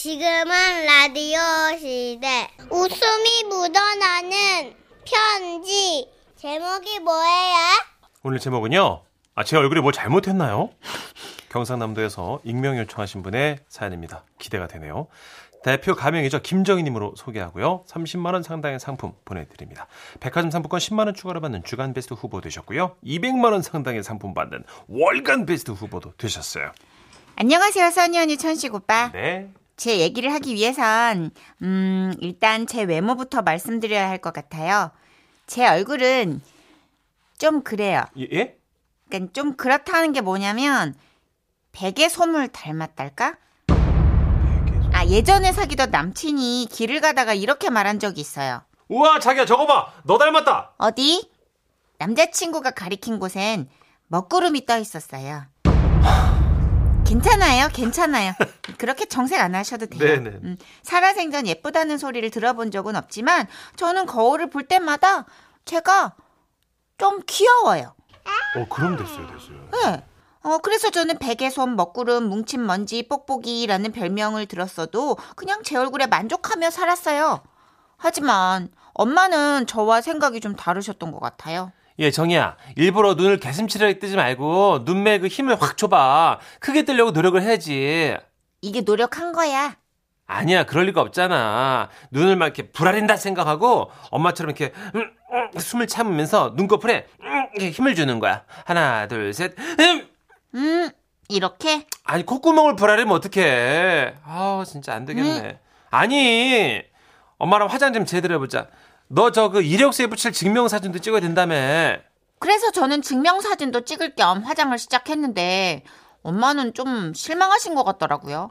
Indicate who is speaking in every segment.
Speaker 1: 지금은 라디오 시대. 웃음이 묻어나는 편지. 제목이 뭐예요?
Speaker 2: 오늘 제목은요. 아, 제 얼굴이 뭘 잘못했나요? 경상남도에서 익명 요청하신 분의 사연입니다. 기대가 되네요. 대표 가명이죠. 김정희님으로 소개하고요. 30만원 상당의 상품 보내드립니다. 백화점 상품권 10만원 추가로 받는 주간 베스트 후보 되셨고요. 200만원 상당의 상품 받는 월간 베스트 후보도 되셨어요.
Speaker 3: 안녕하세요, 써니 언니, 천식 오빠.
Speaker 2: 네.
Speaker 3: 제 얘기를 하기 위해선, 음, 일단 제 외모부터 말씀드려야 할 것 같아요. 제 얼굴은 좀 그래요.
Speaker 2: 예? 예?
Speaker 3: 그러니까 좀 그렇다는 게 뭐냐면, 베개 소물 닮았달까? 아, 예전에 사귀던 남친이 길을 가다가 이렇게 말한 적이 있어요.
Speaker 2: 우와, 자기야, 저거 봐! 너 닮았다!
Speaker 3: 어디? 남자친구가 가리킨 곳엔 먹구름이 떠 있었어요. 괜찮아요, 괜찮아요. 그렇게 정색 안 하셔도 돼요.
Speaker 2: 네네.
Speaker 3: 음, 살아생전 예쁘다는 소리를 들어본 적은 없지만 저는 거울을 볼 때마다 제가 좀 귀여워요.
Speaker 2: 어, 그럼 됐어요, 됐어요.
Speaker 3: 네. 어, 그래서 저는 베개솜, 먹구름, 뭉친 먼지, 뽁뽁이라는 별명을 들었어도 그냥 제 얼굴에 만족하며 살았어요. 하지만 엄마는 저와 생각이 좀 다르셨던 것 같아요.
Speaker 2: 예, 정희야. 일부러 눈을 개슴치레 뜨지 말고 눈매 그 힘을 확 줘봐. 크게 뜨려고 노력을 해야지.
Speaker 3: 이게 노력한 거야.
Speaker 2: 아니야, 그럴 리가 없잖아. 눈을 막 이렇게 불아린다 생각하고 엄마처럼 이렇게 음, 음, 숨을 참으면서 눈꺼풀에 음, 이렇게 힘을 주는 거야. 하나, 둘, 셋. 음!
Speaker 3: 음, 이렇게?
Speaker 2: 아니, 콧구멍을 불아리면 어떡해. 아, 진짜 안 되겠네. 아니, 엄마랑 화장 좀 제대로 해보자. 너 저 그 이력서에 붙일 증명사진도 찍어야 된다며.
Speaker 3: 그래서 저는 증명사진도 찍을 겸 화장을 시작했는데 엄마는 좀 실망하신 것 같더라고요.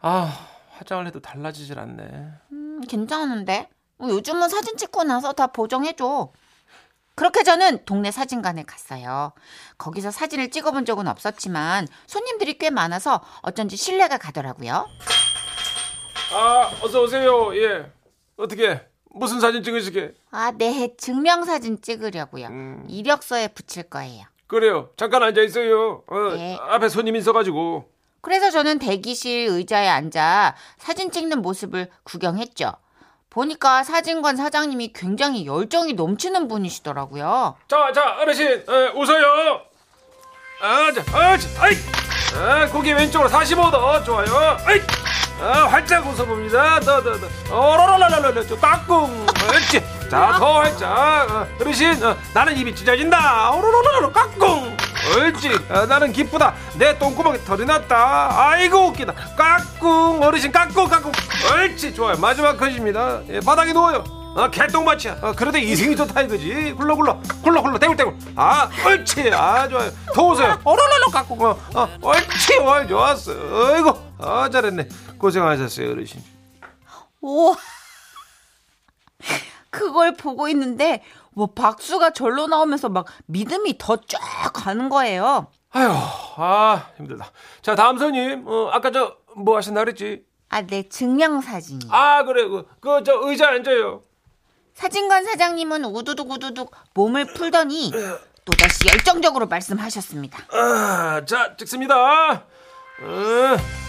Speaker 2: 아, 화장을 해도 달라지질 않네.
Speaker 3: 음, 괜찮은데? 어, 요즘은 사진 찍고 나서 다 보정해줘. 그렇게 저는 동네 사진관에 갔어요. 거기서 사진을 찍어본 적은 없었지만 손님들이 꽤 많아서 어쩐지 신뢰가 가더라고요.
Speaker 2: 아, 어서 오세요. 예. 어떻게 무슨 사진 찍으시게?
Speaker 3: 아, 네. 증명사진 찍으려고요. 이력서에 붙일 거예요.
Speaker 2: 그래요. 잠깐 앉아 있어요.
Speaker 3: 네.
Speaker 2: 앞에 손님 있어가지고.
Speaker 3: 그래서 저는 대기실 의자에 앉아 사진 찍는 모습을 구경했죠. 보니까 사진관 사장님이 굉장히 열정이 넘치는 분이시더라고요.
Speaker 2: 자, 자, 어르신, 예, 웃어요. 아, 자, 아, 자, 아이. 아, 고개 왼쪽으로 45도. 좋아요. 아이. 아, 활짝 웃어봅니다. 더, 더, 더. 어로로로로로, 저 까꿍. 그렇지. 자, 더 활짝. 어, 어르신, 어, 나는 입이 찢어진다. 어로로로로, 까꿍. 옳지. 아, 나는 기쁘다. 내 똥구멍에 털이 났다. 아이고, 웃기다. 까꿍. 어르신, 까꿍, 까꿍. 옳지. 좋아요. 마지막 컷입니다. 예, 바닥에 누워요. 아, 개똥밭이야. 아, 그래도 인생이 좋다 이거지. 굴러굴러, 굴러굴러, 대굴대굴. 아, 옳지. 아, 좋아요. 더우세요. 어로로로 깎고, 어, 어, 옳지. 와, 좋았어. 어이구. 아, 잘했네. 고생하셨어요, 어르신.
Speaker 3: 오. 그걸 보고 있는데 뭐 박수가 절로 나오면서 막 믿음이 더 쫙 가는 거예요.
Speaker 2: 아휴, 아, 힘들다. 자, 다음 손님. 어, 아까 저, 뭐 하신다 그랬지?
Speaker 3: 아, 네, 증명사진이요.
Speaker 2: 아, 그래. 그, 그, 저 의자 앉아요.
Speaker 3: 사진관 사장님은 우두둑 우두둑 몸을 풀더니 또다시 열정적으로 말씀하셨습니다.
Speaker 2: 아, 자, 찍습니다. 어,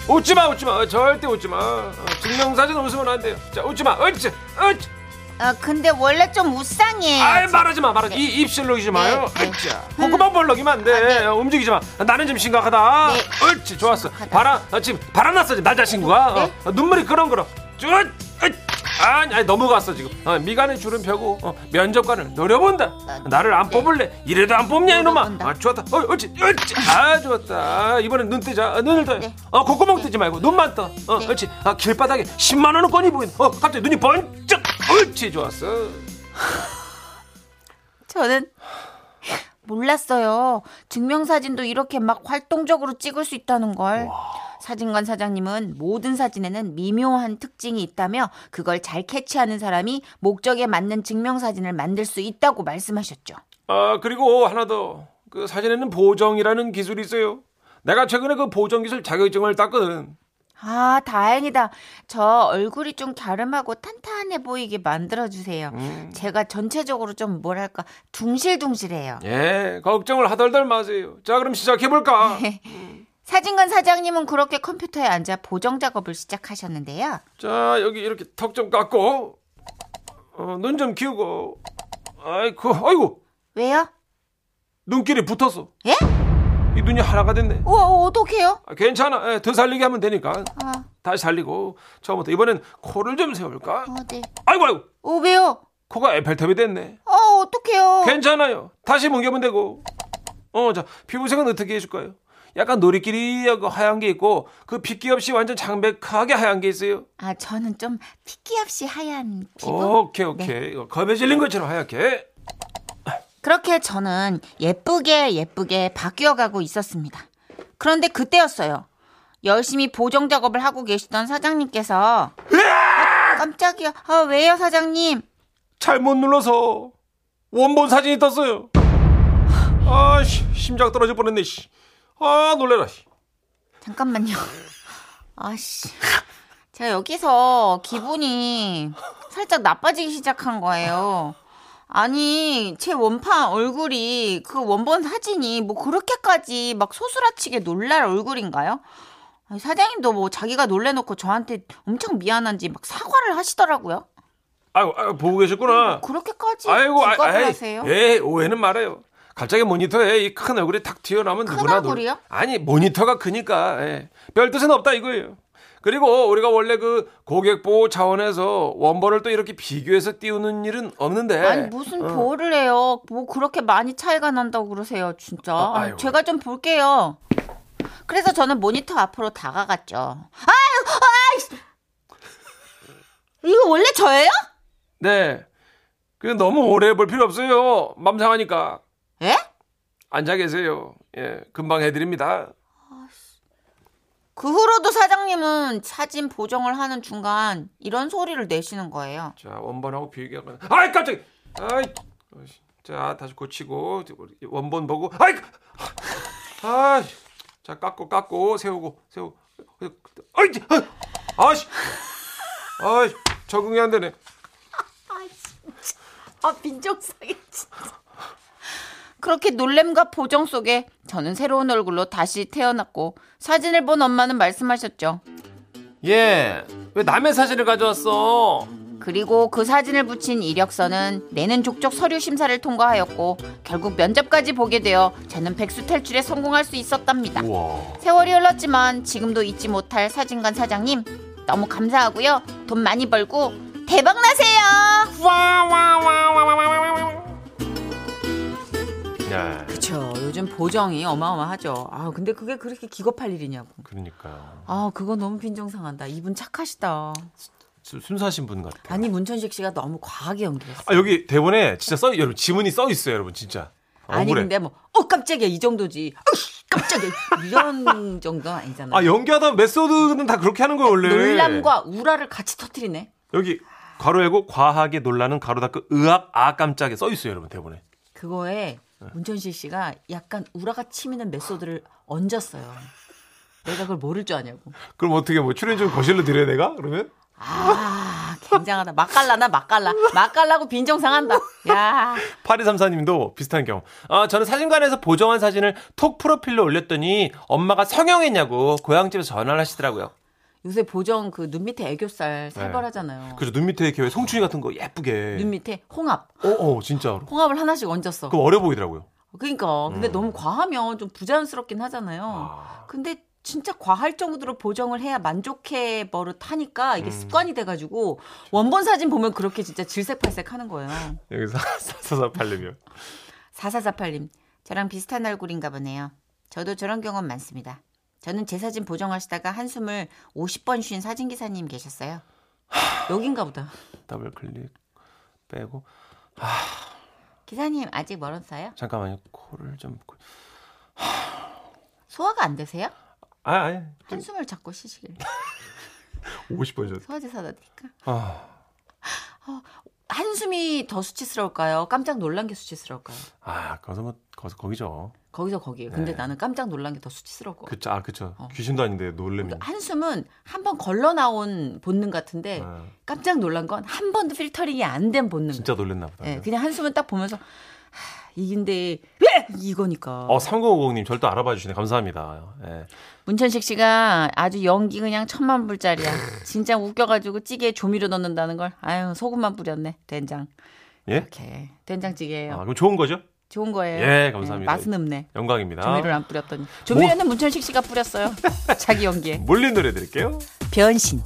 Speaker 2: 웃지 마, 웃지 마. 절대 웃지 마. 어, 증명사진 웃으면 안 돼요. 자, 웃지 마. 옳지, 옳지.
Speaker 3: 아 근데 원래 좀 우상해.
Speaker 2: 아이 말하지 마 말하지 이 입술로이지 마요.
Speaker 3: 네, 네.
Speaker 2: 진짜 콧구멍 벌럭이면 안 돼.
Speaker 3: 아, 네.
Speaker 2: 어, 움직이지 마. 나는 지금 심각하다.
Speaker 3: 네.
Speaker 2: 옳지 좋았어.
Speaker 3: 심각하다.
Speaker 2: 바람 아, 지금 바람 났어 지금 남자친구가
Speaker 3: 네?
Speaker 2: 어, 눈물이 그런 그런. 쭉. 어, 아니, 아니 너무 갔어 지금 어, 미간에 주름 펴고 어, 면접관을 노려본다
Speaker 3: 아,
Speaker 2: 나를 안
Speaker 3: 네.
Speaker 2: 뽑을래 이래도 안 뽑냐 이놈아
Speaker 3: 노려본다.
Speaker 2: 아 좋았다 어, 옳지 옳지 아 좋았다 아, 이번엔 눈 뜨자 아, 눈을 떠요
Speaker 3: 네.
Speaker 2: 어, 콧구멍 뜨지 말고 눈만 떠 어,
Speaker 3: 네.
Speaker 2: 옳지 아, 길바닥에 10만 원권이 보인 어, 갑자기 눈이 번쩍 옳지 좋았어
Speaker 3: 저는 몰랐어요. 증명사진도 이렇게 막 활동적으로 찍을 수 있다는 걸. 사진관 사장님은 모든 사진에는 미묘한 특징이 있다며 그걸 잘 캐치하는 사람이 목적에 맞는 증명사진을 만들 수 있다고 말씀하셨죠.
Speaker 2: 아 그리고 하나 더 그 사진에는 보정이라는 기술이 있어요. 내가 최근에 그 보정 기술 자격증을 땄거든.
Speaker 3: 아, 다행이다. 저 얼굴이 좀 갸름하고 탄탄해 보이게 만들어주세요. 제가 전체적으로 좀 뭐랄까, 둥실둥실해요.
Speaker 2: 예, 걱정을 하덜덜 마세요. 자 그럼 시작해 볼까.
Speaker 3: 사진관 사장님은 그렇게 컴퓨터에 앉아 보정 작업을 시작하셨는데요.
Speaker 2: 자 여기 이렇게 턱 좀 깎고 어, 눈 좀 키우고 아이고 아이고
Speaker 3: 왜요?
Speaker 2: 눈길이 붙었어
Speaker 3: 예?
Speaker 2: 이 눈이 하나가 됐네
Speaker 3: 어, 어, 어떡해요?
Speaker 2: 아, 괜찮아 예, 더 살리게 하면 되니까
Speaker 3: 아,
Speaker 2: 다시 살리고 처음부터 이번엔 코를 좀 세울까
Speaker 3: 어디?
Speaker 2: 아이고 아이고
Speaker 3: 어, 왜요?
Speaker 2: 코가 에펠탑이 됐네
Speaker 3: 어, 어떡해요?
Speaker 2: 괜찮아요 다시 뭉개면 되고 어 자 피부색은 어떻게 해줄까요 약간 노리끼리하고 하얀 게 있고 그 핏기 없이 완전 장백하게 하얀 게 있어요
Speaker 3: 아, 저는 좀 핏기 없이 하얀 피부? 네.
Speaker 2: 오케이 오케이 이거 겁에 질린 것처럼 하얗게
Speaker 3: 그렇게 저는 예쁘게 예쁘게 바뀌어가고 있었습니다. 그런데 그때였어요. 열심히 보정 작업을 하고 계시던 사장님께서 아, 깜짝이야. 아, 왜요, 사장님?
Speaker 2: 잘못 눌러서 원본 사진이 떴어요. 아, 씨, 심장 떨어질 뻔했네. 씨. 아, 놀래라. 씨.
Speaker 3: 잠깐만요. 아씨. 제가 여기서 기분이 살짝 나빠지기 시작한 거예요. 아니, 제 원판 얼굴이 그 원본 사진이 뭐 그렇게까지 막 소스라치게 놀랄 얼굴인가요? 아니, 사장님도 뭐 자기가 놀래놓고 저한테 엄청 미안한지 막 사과를 하시더라고요.
Speaker 2: 아이고, 아이고, 보고 계셨구나.
Speaker 3: 그렇게까지
Speaker 2: 아이고,
Speaker 3: 기겁을
Speaker 2: 아이,
Speaker 3: 하세요?
Speaker 2: 예, 오해는 말아요. 갑자기 모니터에 이 큰 얼굴이 탁 튀어나오면
Speaker 3: 큰
Speaker 2: 누구나 놀-
Speaker 3: 얼굴이요?
Speaker 2: 아니, 모니터가 크니까. 예. 별 뜻은 없다 이거예요. 그리고 우리가 원래 그 고객 보호 차원에서 원본을 또 이렇게 비교해서 띄우는 일은 없는데.
Speaker 3: 아니 무슨
Speaker 2: 어.
Speaker 3: 보호를 해요? 뭐 그렇게 많이 차이가 난다고 그러세요, 진짜.
Speaker 2: 아, 아이고.
Speaker 3: 제가 좀 볼게요. 그래서 저는 모니터 앞으로 다가갔죠. 아유, 아이씨. 이거 원래 저예요?
Speaker 2: 네. 그 너무 오래 볼 필요 없어요. 맘 상하니까.
Speaker 3: 예?
Speaker 2: 앉아 계세요. 예, 금방 해드립니다.
Speaker 3: 그 후로도 사장님은 사진 보정을 하는 중간 이런 소리를 내시는 거예요.
Speaker 2: 자, 원본하고 비교하면. 아이, 깜짝이! 아이! 어이씨. 자, 다시 고치고, 원본 보고, 아이! 아이! 자, 깎고, 깎고, 세우고, 세우고. 아이! 아이씨! 아이 적응이 안 되네.
Speaker 3: 아, 민정상이 진짜. 그렇게 놀램과 보정 속에 저는 새로운 얼굴로 다시 태어났고 사진을 본 엄마는 말씀하셨죠.
Speaker 2: 예, 왜 남의 사진을 가져왔어?
Speaker 3: 그리고 그 사진을 붙인 이력서는 내는 족족 서류 심사를 통과하였고 결국 면접까지 보게 되어 저는 백수 탈출에 성공할 수 있었답니다.
Speaker 2: 우와.
Speaker 3: 세월이 흘렀지만 지금도 잊지 못할 사진관 사장님 너무 감사하고요. 돈 많이 벌고 대박 나세요.
Speaker 2: 와와와와와와와와. 야,
Speaker 3: 그쵸 요즘 보정이 어마어마하죠. 아 근데 그게 그렇게 기겁할 일이냐고.
Speaker 2: 그러니까요.
Speaker 3: 아 그거 너무 빈정상한다. 이분 착하시다.
Speaker 2: 수- 순수하신 분 같아요.
Speaker 3: 아니 문천식 씨가 너무 과하게 연기했어.
Speaker 2: 아 여기 대본에 진짜 써 여러분 지문이 써 있어요 여러분 진짜
Speaker 3: 아니
Speaker 2: 억울해.
Speaker 3: 근데 뭐 어 깜짝이야 이 정도지. 어이씨, 깜짝이야 이런 정도 는 아니잖아요.
Speaker 2: 아 연기하다 메소드는 다 그렇게 하는 거예요 원래
Speaker 3: 네. 놀람과 우라를 같이 터뜨리네.
Speaker 2: 여기 괄호 열고 과하게 놀라는 괄호 닫고 의학 아 깜짝에 써 있어요 여러분 대본에
Speaker 3: 그거에 문천식 씨가 약간 우라가 치미는 메소드를 얹었어요. 내가 그걸 모를 줄 아냐고.
Speaker 2: 그럼 어떻게 뭐 출연 좀 거실로 드려야 내가 그러면
Speaker 3: 아, 굉장하다. 맛깔나나 맛깔나. 맛깔나고 빈정상한다. 야,
Speaker 2: 8234님도 비슷한 경우 아 저는 사진관에서 보정한 사진을 톡 프로필로 올렸더니 엄마가 성형했냐고 고향집에서 전화를 하시더라고요
Speaker 3: 요새 보정 그 눈 밑에 애교살 살벌하잖아요.
Speaker 2: 네. 그죠 눈 밑에 이렇게 왜 송충이 같은 거 예쁘게
Speaker 3: 눈 밑에 홍합,
Speaker 2: 어어 진짜로
Speaker 3: 홍합을 하나씩 얹었어.
Speaker 2: 그거 어려 보이더라고요
Speaker 3: 그러니까 근데 너무 과하면 좀 부자연스럽긴 하잖아요. 근데 진짜 과할 정도로 보정을 해야 만족해 버릇하니까 이게 습관이 돼가지고 원본 사진 보면 그렇게 진짜 질색팔색 하는 거예요.
Speaker 2: 여기서 사사사 팔리면
Speaker 3: 4448님 저랑 비슷한 얼굴인가 보네요. 저도 저런 경험 많습니다. 저는 제 사진 보정하시다가 한숨을 50번 쉰 사진기사님 계셨어요. 여긴가 보다.
Speaker 2: 더블 클릭 빼고
Speaker 3: 기사님 아직 멀었어요?
Speaker 2: 잠깐만요 코를 좀 고-
Speaker 3: 소화가 안 되세요?
Speaker 2: 아, 아니.
Speaker 3: 한숨을 자꾸 쉬시길.
Speaker 2: 50번 전.
Speaker 3: 소화제 사다 드릴까?
Speaker 2: 아,
Speaker 3: 한숨이 더 수치스러울까요? 깜짝 놀란 게 수치스러울까요?
Speaker 2: 아, 거기서 뭐, 거기서 거기죠.
Speaker 3: 거기서 거기에. 근데
Speaker 2: 네.
Speaker 3: 나는 깜짝 놀란 게 더 수치스러울 것 같아요.
Speaker 2: 그쵸, 아, 그쵸. 귀신도 아닌데, 놀래미.
Speaker 3: 한숨은 한 번 걸러 나온 본능 같은데
Speaker 2: 아,
Speaker 3: 깜짝 놀란 건 한 번도 필터링이 안 된 본능. 네,
Speaker 2: 진짜 아. 놀랬나 보다.
Speaker 3: 예, 그냥 한숨은 딱 보면서 하, 이긴데 왜 이거니까.
Speaker 2: 어, 3050님 절도 알아봐 주시네. 감사합니다. 예.
Speaker 3: 문천식 씨가 아주 연기 그냥 천만 불짜리야. 진짜 웃겨가지고 찌개에 조미료 넣는다는 걸. 아유 소금만 뿌렸네 된장.
Speaker 2: 예?
Speaker 3: 이렇게 된장찌개예요.
Speaker 2: 아, 그럼 좋은 거죠?
Speaker 3: 좋은 거예요.
Speaker 2: 예, 감사합니다.
Speaker 3: 맛은 없네.
Speaker 2: 영광입니다.
Speaker 3: 조미료를 뭐? 안 뿌렸더니 조미료는 문천식 씨가 뿌렸어요. 자기 연기에
Speaker 2: 몰린 노래 드릴게요.
Speaker 3: 변신.